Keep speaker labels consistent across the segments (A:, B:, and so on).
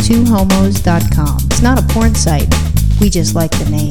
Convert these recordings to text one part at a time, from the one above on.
A: twohomos.com. It's not a porn site. We just like the name.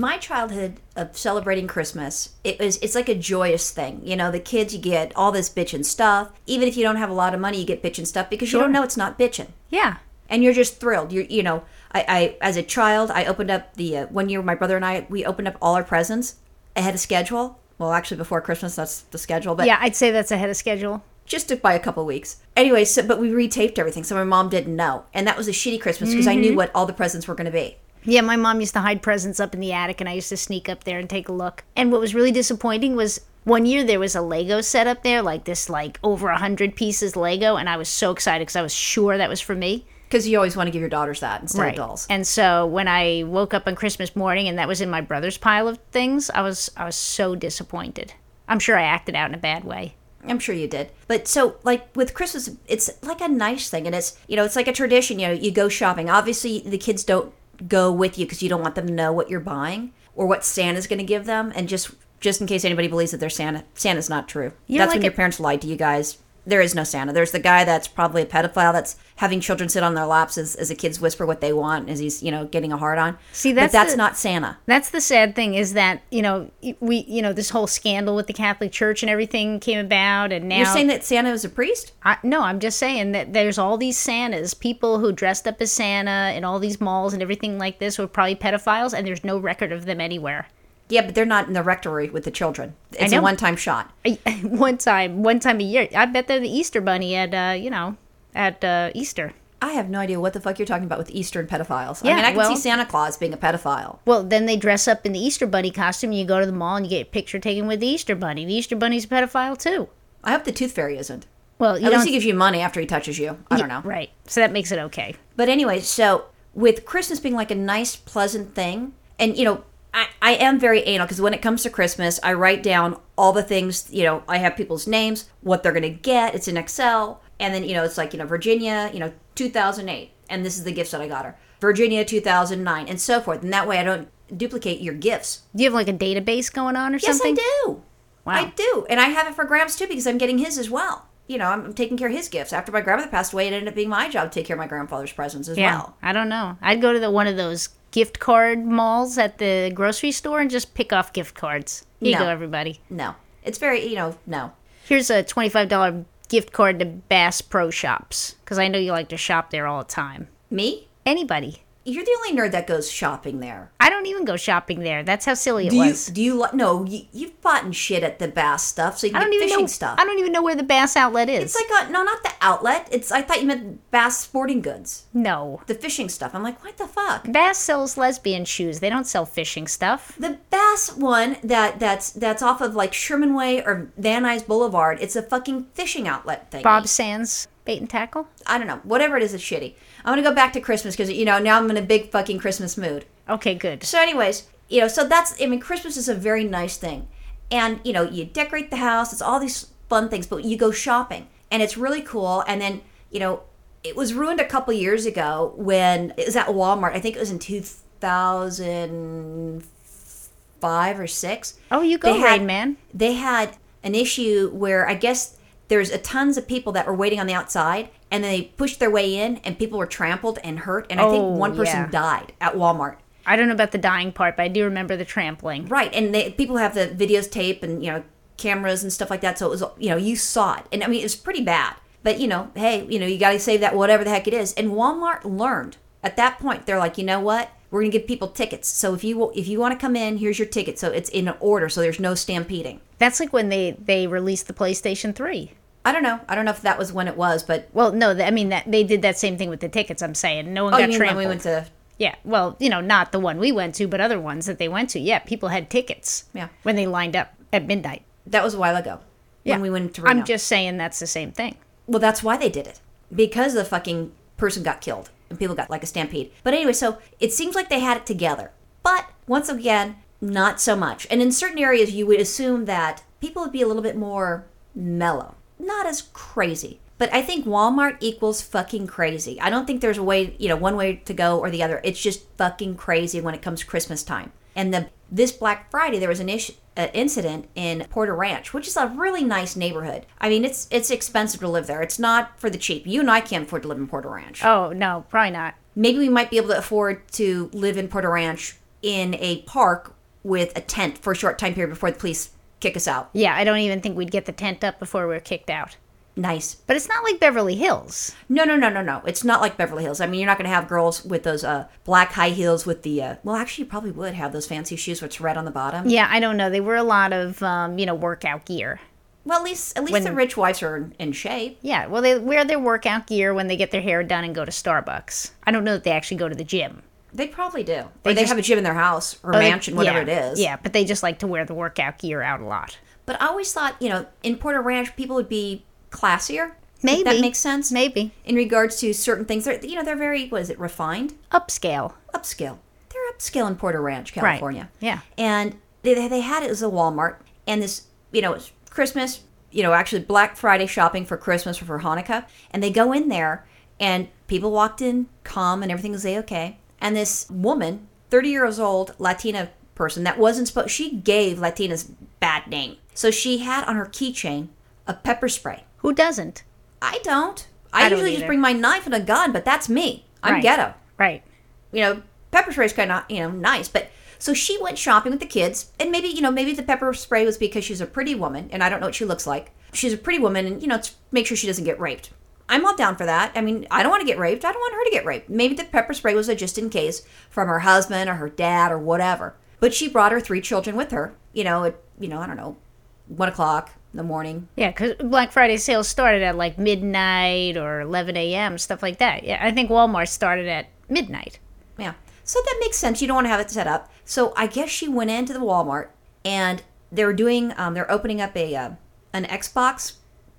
B: my childhood of celebrating Christmas, it was it's like a joyous thing. You know, the kids you get all this bitchin' stuff. Even if you don't have a lot of money, you get bitchin' stuff because you don't know it's not bitchin'.
C: Yeah.
B: And you're just thrilled. You're you know, I, I as a child, I opened up the uh, one year my brother and I we opened up all our presents ahead of schedule. Well, actually before Christmas, that's the schedule, but
C: Yeah, I'd say that's ahead of schedule.
B: just took by a couple weeks. Anyway, so but we retaped everything, so my mom didn't know, and that was a shitty Christmas because I knew what all the presents were going to be.
C: Yeah, my mom used to hide presents up in the attic, and I used to sneak up there and take a look. And what was really disappointing was one year there was a Lego set up there, like this, like over a hundred pieces Lego, and I was so excited because I was sure that was for me.
B: Because you always want to give your daughters that instead of dolls.
C: And so when I woke up on Christmas morning and that was in my brother's pile of things, I was I was so disappointed. I'm sure I acted out in a bad way.
B: I'm sure you did. But so, like with Christmas, it's like a nice thing, and it's you know, it's like a tradition. You know, you go shopping. Obviously, the kids don't go with you because you don't want them to know what you're buying or what Santa's going to give them, and just just in case anybody believes that they're Santa, Santa's not true. that's when
C: like
B: your
C: a-
B: parents lied to you guys. There is no Santa. There's the guy that's probably a pedophile that's having children sit on their laps as, as the kids whisper what they want as he's you know getting a hard on.
C: See,
B: but
C: that's
B: that's
C: the-
B: not Santa.
C: That's the sad thing is that, you know, we you know, this whole scandal with the Catholic Church and everything came about and now
B: You're saying that Santa is a priest?
C: I, no, I'm just saying that there's all these Santas, people who dressed up as Santa in all these malls and everything like this who are probably pedophiles, and there's no record of them anywhere.
B: Yeah, but they're not in the rectory with the children. It's a
C: know.
B: one-time shot.
C: I- one time, one time a year, I bet they're the Easter Bunny at, uh, you know, at uh, Easter.
B: I have no idea what the fuck you're talking about with Eastern pedophiles. I
C: Yeah,
B: mean, I can
C: well-
B: see Santa Claus being a pedophile.
C: Well, then they dress up in the Easter Bunny costume. You go to the mall and you get a picture taken with the Easter Bunny. The Easter Bunny's a pedophile too.
B: I hope the Tooth Fairy isn't.
C: Well, you
B: At least
C: don't.
B: he gives you money after he touches you. I don't know.
C: Right. So that makes it okay.
B: But anyway, so with Christmas being like a nice, pleasant thing, and you know, I, I am very anal because when it comes to Christmas, I write down all the things, you know, I have people's names, what they're going to get. It's in Excel. And then, you know, it's like, you know, Virginia, you know, 2008. And this is the gifts that I got her. Virginia, 2009, and so forth. And that way I don't duplicate your gifts.
C: Do you have like a database going on or something?
B: Yes, I do.
C: Wow.
B: I do. And I have it for Gramps too because I'm getting his as well. You know, I'm taking care of his gifts. After my grandmother passed away, it ended up being my job to take care of my grandfather's presents as
C: Yeah.
B: well.
C: I don't know. I'd go to the one of those gift card malls at the grocery store and just pick off gift cards. Here you
B: No.
C: go, everybody.
B: No. It's very, you know, no.
C: Here's a twenty-five dollar gift card to Bass Pro Shops because I know you like to shop there all the time.
B: Me?
C: Anybody.
B: You're the only nerd that goes shopping there.
C: I don't even go shopping there. That's how silly it
B: Do you,
C: was.
B: do you, li- no, you, you've bought and shit at the Bass stuff, so you
C: I
B: can
C: don't
B: get
C: even
B: fishing
C: know.
B: stuff.
C: I don't even know where the Bass outlet is.
B: it's like, a, no, not the outlet. It's, I thought you meant Bass Sporting Goods,
C: no.
B: the fishing stuff. I'm like, what the fuck?
C: Bass sells lesbian shoes. They don't sell fishing stuff.
B: The Bass one that that's that's off of like Sherman Way or Van Nuys Boulevard. It's a fucking fishing outlet thing.
C: Bob Sands bait and tackle.
B: I don't know. Whatever it is, it's shitty. I'm gonna go back to Christmas because you know now I'm in a big fucking Christmas mood.
C: Okay, good.
B: So, anyways, you know, so that's I mean, Christmas is a very nice thing, and you know, you decorate the house. It's all these fun things, but you go shopping, and it's really cool. And then you know, it was ruined a couple years ago when it was at Walmart. I think it was in 2005 or six.
C: Oh, you go,
B: They had-
C: Rain Man.
B: They had an issue where I guess there's a tons of people that were waiting on the outside and they pushed their way in and people were trampled and hurt and I
C: Oh,
B: think one person
C: yeah.
B: died at Walmart.
C: I don't know about the dying part, but I do remember the trampling.
B: Right, and they, people have the videos tape and you know cameras and stuff like that. So it was you know you saw it, and I mean it's pretty bad. But you know, hey, you know you got to save that whatever the heck it is. And Walmart learned at that point. They're like, you know what? We're gonna give people tickets. So if you will, if you want to come in, here's your ticket. So it's in an order. So there's no stampeding.
C: That's like when they they released the PlayStation Three.
B: I don't know. I don't know if that was when it was, but
C: Well, no, th- I mean that they did that same thing with the tickets. I'm saying no one
B: oh, you
C: got
B: mean when
C: trampled.
B: we went to
C: yeah, well, you know, not the one we went to, but other ones that they went to. Yeah, people had tickets.
B: Yeah.
C: when they lined up at midnight.
B: that was a while ago
C: Yeah.
B: when we went to. Reno.
C: I'm just saying that's the same thing.
B: Well, that's why they did it because the fucking person got killed and people got like a stampede. But anyway, so it seems like they had it together. But once again, not so much. And in certain areas, you would assume that people would be a little bit more mellow, not as crazy. But I think Walmart equals fucking crazy. I don't think there's a way, you know, one way to go or the other. It's just fucking crazy when it comes Christmas time. And the this Black Friday there was an issue. Uh, incident in Porter Ranch, which is a really nice neighborhood. I mean, it's it's expensive to live there. It's not for the cheap. You and I can't afford to live in Porter Ranch.
C: Oh, no, probably not.
B: Maybe we might be able to afford to live in Porter Ranch in a park with a tent for a short time period before the police kick us out.
C: Yeah, I don't even think we'd get the tent up before we were kicked out.
B: Nice.
C: But it's not like Beverly Hills.
B: No, no, no, no, no. It's not like Beverly Hills. I mean, you're not going to have girls with those uh, black high heels with the. Uh, well, actually, you probably would have those fancy shoes with red on the bottom.
C: Yeah, I don't know. They wear a lot of, um, you know, workout gear.
B: Well, at least at least the rich wives are in, in shape.
C: Yeah, well, they wear their workout gear when they get their hair done and go to Starbucks. I don't know that they actually go to the gym.
B: They probably do. Or they, have a gym in their house or mansion, whatever
C: Oh, yeah,
B: it is.
C: Yeah, but they just like to wear the workout gear out a lot.
B: But I always thought, you know, in Porter Ranch, people would be classier. if
C: Maybe.
B: that makes sense.
C: Maybe.
B: in regards to certain things. They're you know they're very what is it refined,
C: Upscale.
B: upscale. They're upscale in Porter Ranch, California.
C: Yeah.
B: And they they they had it as a Walmart and this you know it's Christmas you know actually Black Friday shopping for Christmas or for Hanukkah and they go in there and people walked in calm and everything was a okay and this woman thirty years old Latina person that wasn't supposed she gave Latinas bad name so she had on her keychain a pepper spray.
C: Who doesn't?
B: I don't. I,
C: I don't
B: usually
C: either.
B: just bring my knife and a gun, but that's me. I'm
C: Right.
B: ghetto.
C: Right.
B: You know, pepper spray's kind of you know nice, but so she went shopping with the kids, and maybe you know maybe the pepper spray was because she's a pretty woman, and I don't know what she looks like. She's a pretty woman, and you know, to make sure she doesn't get raped. I'm all down for that. I mean, I don't want to get raped. I don't want her to get raped. Maybe the pepper spray was a just in case from her husband or her dad or whatever. But she brought her three children with her. You know, at you know I don't know, one o'clock in the morning.
C: Yeah, because Black Friday sales started at like midnight or 11 a.m., stuff like that. Yeah, I think Walmart started at midnight.
B: Yeah. So that makes sense. You don't want to have it set up. So I guess she went into the Walmart and they were doing um, they're opening up a uh, an Xbox.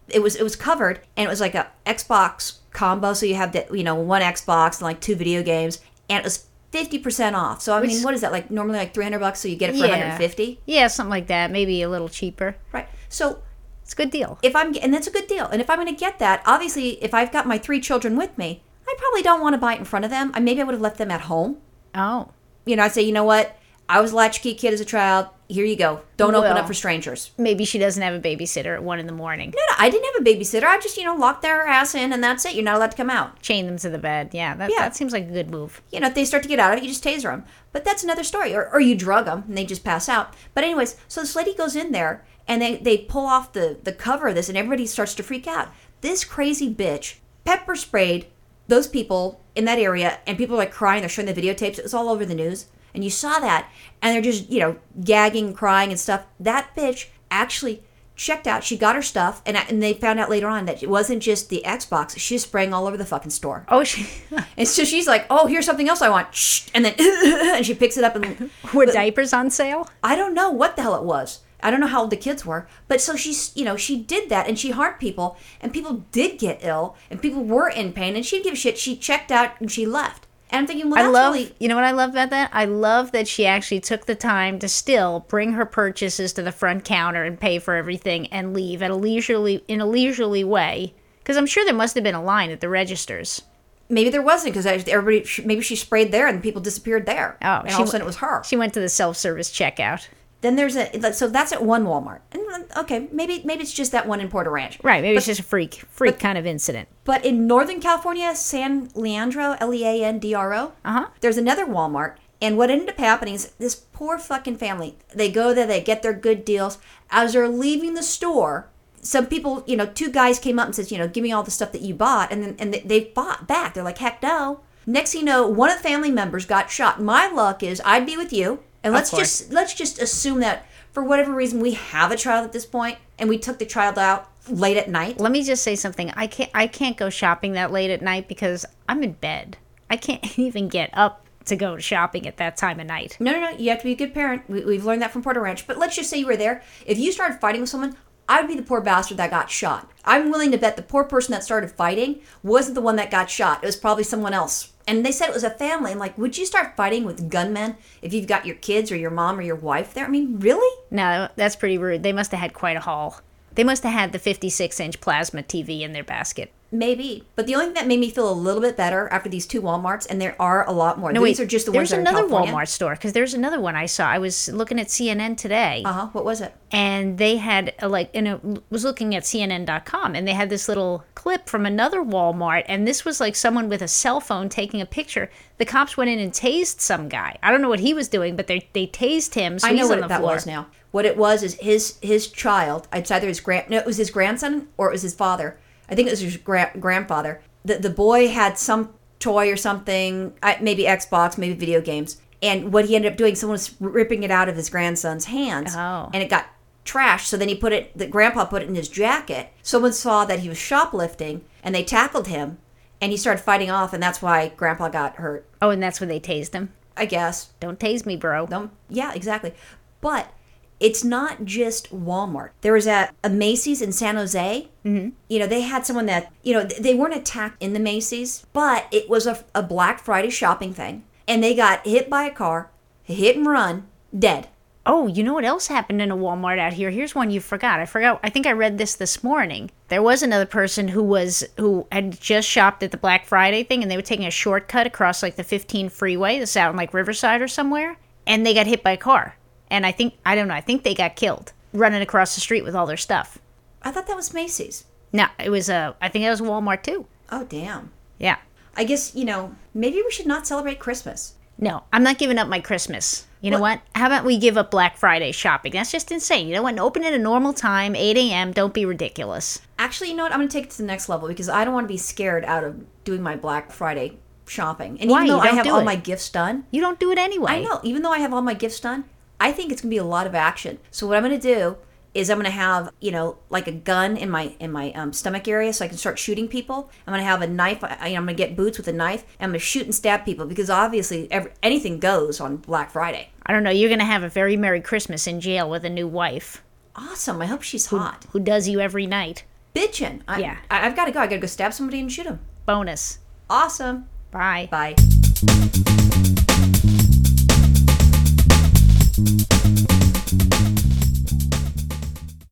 B: It was it was covered and it was like a Xbox combo. So you have the you know one Xbox and like two video games and it was fifty percent off. So I mean, what is that like? Normally like three hundred bucks. So you get it for
C: Yeah.
B: one hundred fifty,
C: Yeah, something like that. Maybe a little cheaper.
B: right? So
C: It's a good deal.
B: if I'm and that's a good deal. And if I'm going to get that, obviously, if I've got my three children with me, I probably don't want to buy it in front of them. I maybe I would have left them at home.
C: Oh,
B: you know, I say, you know what? I was a latchkey kid as a child. Here you go. Don't open
C: Well.
B: up for strangers.
C: maybe she doesn't have a babysitter at one in the morning.
B: No, no, I didn't have a babysitter. I just, you know, locked their ass in and that's it. You're not allowed to come out.
C: Chain them to the bed. Yeah, that,
B: Yeah.
C: that seems like a good move.
B: You know, if they start to get out of it, you just taser them. But that's another story. Or, or you drug them and they just pass out. But, anyways, so this lady goes in there and they, they pull off the, the cover of this and everybody starts to freak out. This crazy bitch pepper sprayed those people in that area and people are like crying. They're showing the videotapes. It was all over the news. And you saw that and they're just, you know, gagging, crying and stuff. That bitch actually checked out. She got her stuff and, and they found out later on that it wasn't just the Xbox. She was spraying all over the fucking store.
C: Oh, she,
B: And so she's like, "Oh, here's something else I want," Shh. and then and she picks it up and
C: were diapers on sale?
B: I don't know what the hell it was. I don't know how old the kids were, but so she's you know she did that and she harmed people and people did get ill and people were in pain and she didn't give a shit. She checked out and she left. And I'm thinking, well, that's
C: I love,
B: really
C: you know what I love about that? I love that she actually took the time to still bring her purchases to the front counter and pay for everything and leave at a leisurely in a leisurely way. Because I'm sure there must have been a line at the registers.
B: maybe there wasn't because everybody sh- maybe she sprayed there and people disappeared there.
C: Oh,
B: and
C: she
B: all of
C: w-
B: a sudden it was her.
C: She went to the self service checkout.
B: then there's a like, so that's at one Walmart. And uh, okay, maybe maybe it's just that one in Porter Ranch.
C: Right, maybe it's just a freak freak kind of incident.
B: But in Northern California, San Leandro, L E A N D R O,
C: Uh-huh.
B: there's another Walmart. And what ended up happening is this poor fucking family, they go there, they get their good deals. As they're leaving the store, some people, you know, two guys came up and says, you know, give me all the stuff that you bought. And then and they, they bought back. They're like, heck no. Next thing you know, one of the family members got shot. My luck is I'd be with you. And let's
C: course.
B: just let's just assume that for whatever reason we have a child at this point and we took the child out late at night.
C: Let me just say something. I can't I can't go shopping that late at night because I'm in bed. I can't even get up to go shopping at that time of night.
B: No, no, no. You have to be a good parent. We, we've learned that from Porter Ranch. But let's just say you were there. If you started fighting with someone, I'd be the poor bastard that got shot. I'm willing to bet the poor person that started fighting wasn't the one that got shot. It was probably someone else. And they said it was a family. I'm like, would you start fighting with gunmen if you've got your kids or your mom or your wife there? I mean, really?
C: No, that's pretty rude. They must have had quite a haul. They must have had the 56 inch plasma TV in their basket.
B: Maybe. But the only thing that made me feel a little bit better after these two Walmarts, and there are a lot more.
C: No,
B: These
C: wait,
B: are just the ones
C: there's
B: that are in
C: another
B: California.
C: Walmart store because there's another one I saw. I was looking at CNN today,
B: Uh huh. What was it?
C: and they had a, like, and it was looking at CNN.com, and they had this little clip from another Walmart, and this was like someone with a cell phone taking a picture. The cops went in and tased some guy. I don't know what he was doing, but they they tased him. So
B: I know
C: he's
B: what
C: on the
B: that
C: floor.
B: was now. What it was is his his child. It's either his grand. No, it was his grandson or it was his father. I think it was his gra- grandfather. The the boy had some toy or something. I- Maybe Xbox, maybe video games. And what he ended up doing, someone was ripping it out of his grandson's hands,
C: Oh.
B: and it got trashed. So then he put it. The grandpa put it in his jacket. Someone saw that he was shoplifting, and they tackled him, and he started fighting off, and that's why grandpa got hurt.
C: Oh, and that's when they tased him.
B: I guess.
C: Don't tase me, bro.
B: Um, yeah, exactly. But it's not just Walmart. There was a, a Macy's in San Jose. Mm-hmm. You know, they had someone that, you know, th- they weren't attacked in the Macy's, but it was a, a Black Friday shopping thing. And they got hit by a car, hit and run, dead.
C: Oh, you know what else happened in a Walmart out here? Here's one you forgot. I forgot. I think I read this this morning. There was another person who was who had just shopped at the Black Friday thing, and they were taking a shortcut across like the 15 freeway. This out in like Riverside or somewhere, and they got hit by a car. And I think I don't know. I think they got killed running across the street with all their stuff.
B: I thought that was Macy's.
C: No, it was uh, I think it was Walmart too.
B: Oh, damn.
C: Yeah.
B: I guess, you know, maybe we should not celebrate Christmas.
C: No, I'm not giving up my Christmas. You know what? How about we give up Black Friday shopping? That's just insane. You know what? Open at a normal time, 8 a.m. Don't be ridiculous.
B: Actually, you know what? I'm going to take it to the next level because I don't want to be scared out of doing my Black Friday shopping. And
C: Why?
B: even though
C: You
B: I
C: don't
B: have
C: do
B: all
C: it.
B: my gifts done,
C: You don't do it anyway.
B: I know. Even though I have all my gifts done, I think it's gonna be a lot of action. So what I'm gonna do is I'm gonna have you know like a gun in my in my um, stomach area so I can start shooting people. I'm gonna have a knife. I, I'm gonna get boots with a knife. And I'm gonna shoot and stab people because obviously every, anything goes on Black Friday.
C: I don't know. You're going to have a very Merry Christmas in jail with a new wife
B: Awesome. I hope she's hot.
C: who does you every night.
B: Bitchin'. I,
C: Yeah.
B: I, I've got to go. I gotta go stab somebody and shoot him.
C: Bonus.
B: Awesome.
C: Bye.
B: Bye.